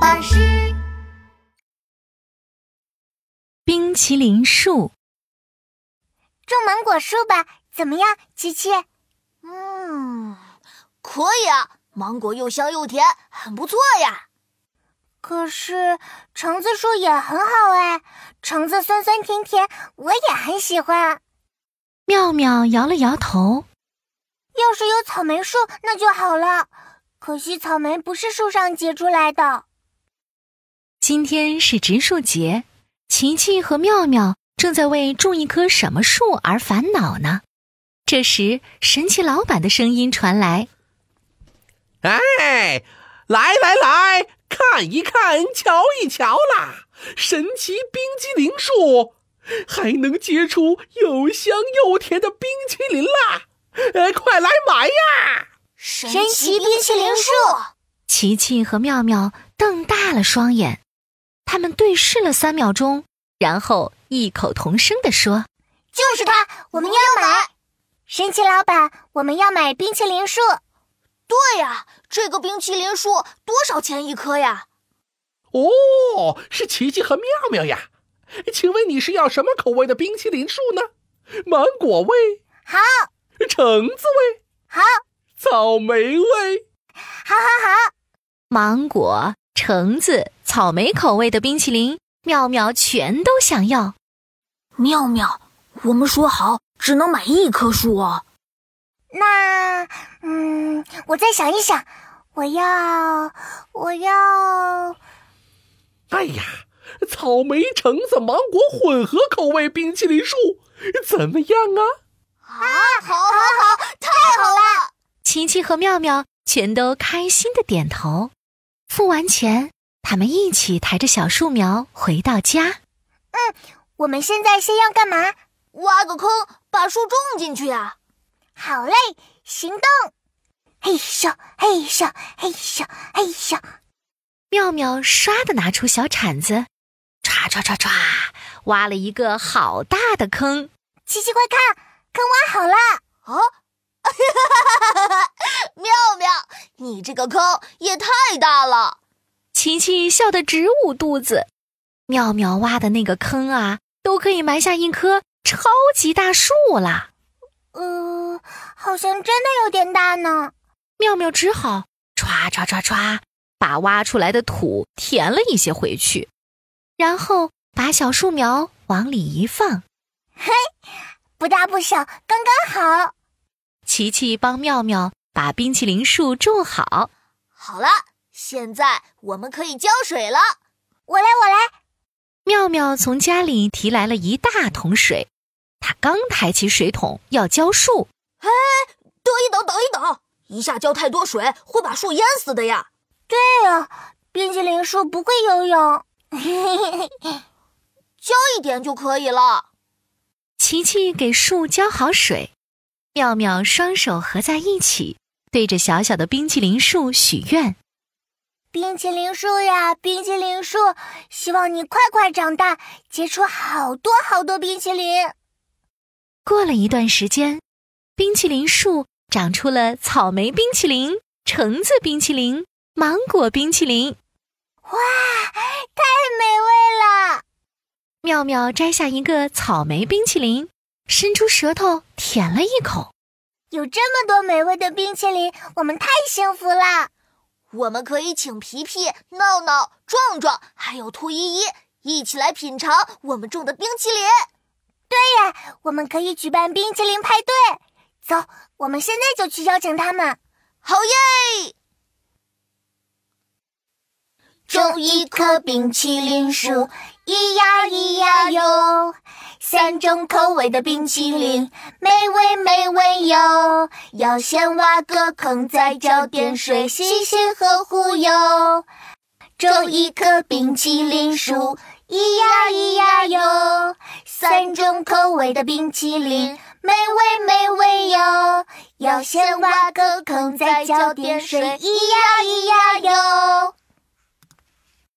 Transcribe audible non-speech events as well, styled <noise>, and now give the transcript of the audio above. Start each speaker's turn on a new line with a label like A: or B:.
A: 巴士。
B: 冰淇淋树，
C: 种芒果树吧，怎么样，琪琪？
A: 嗯，可以啊，芒果又香又甜，很不错呀。
C: 可是橙子树也很好哎，橙子酸酸甜甜，我也很喜欢。
B: 妙妙摇了摇头。
C: 要是有草莓树，那就好了。可惜草莓不是树上结出来的。
B: 今天是植树节，琪琪和妙妙正在为种一棵什么树而烦恼呢。这时，神奇老板的声音传来：“
D: 哎，来来来，看一看，瞧一瞧啦！神奇冰激凌树还能结出又香又甜的冰淇淋啦！哎，快来买呀！”
A: 神
C: 奇冰淇淋树，
B: 琪琪和妙妙瞪大了双眼，他们对视了三秒钟，然后异口同声地说：“
C: 就是它，我们要买！神奇老板，我们要买冰淇淋树。
A: 对呀、这个冰淇淋树多少钱一棵呀？
D: 哦，是琪琪和妙妙呀。请问你是要什么口味的冰淇淋树呢？芒果味、
C: 好，
D: 橙子味、
C: 好，
D: 草莓味。
C: 好，好，好。
B: 芒果、橙子、草莓口味的冰淇淋，妙妙全都想要。
A: 妙妙，我们说好只能买一棵树哦。
C: 那，嗯，我再想一想，我要，我要，
D: 哎呀，草莓、橙子、芒果混合口味冰淇淋树怎么样啊？
A: 啊，好
C: 啊
A: 好好，太好了！
B: 琪琪和妙妙全都开心的点头。付完钱，他们一起抬着小树苗回到家。
C: 我们现在先要干嘛？
A: 挖个坑，把树种进去啊！
C: 好嘞，行动！嘿咻，嘿咻，嘿咻，嘿咻！
B: 妙妙唰的拿出小铲子，唰唰唰唰，挖了一个好大的坑。
C: 琪琪，快看，坑挖好了！
A: 啊， <laughs> 妙妙，你这个坑也太大了！
B: 琪琪笑得直捂肚子。妙妙挖的那个坑啊，都可以埋下一棵超级大树啦。
C: 呃，好像真的有点大呢。
B: 妙妙只好歘歘歘歘，把挖出来的土填了一些回去，然后把小树苗往里一放。
C: 不大不小，刚刚好。
B: 琪琪帮妙妙把冰淇淋树种好，
A: 好了，现在我们可以浇水了。
C: 我来，我来。
B: 妙妙从家里提来了一大桶水，她刚抬起水桶要浇树，
A: 等一等，等一等，一下浇太多水会把树淹死的呀！
C: 对呀、冰淇淋树不会游泳。
A: 浇一点就可以了。
B: 琪琪给树浇好水，妙妙双手合在一起，对着小小的冰淇淋树许愿。
C: 冰淇淋树呀，冰淇淋树，希望你快快长大，结出好多好多冰淇淋。
B: 过了一段时间，冰淇淋树长出了草莓冰淇淋、橙子冰淇淋、芒果冰淇淋。
C: 太美味了！
B: 妙妙摘下一个草莓冰淇淋，伸出舌头舔了一口。
C: 有这么多美味的冰淇淋，我们太幸福了。
A: 我们可以请皮皮、闹闹、壮壮，还有兔依依一起来品尝我们种的冰淇淋。
C: 我们可以举办冰淇淋派对。走，我们现在就去邀请他们。
A: 好耶！
C: 种一棵冰淇淋树，咿呀咿呀哟，三种口味的冰淇淋，美味美味哟。要先挖个坑，再浇点水，细心呵护哟。种一棵冰淇淋树，咿呀咿呀哟，三种口味的冰淇淋，美味美味哟。要先挖个坑，再浇点水，咿呀咿呀哟。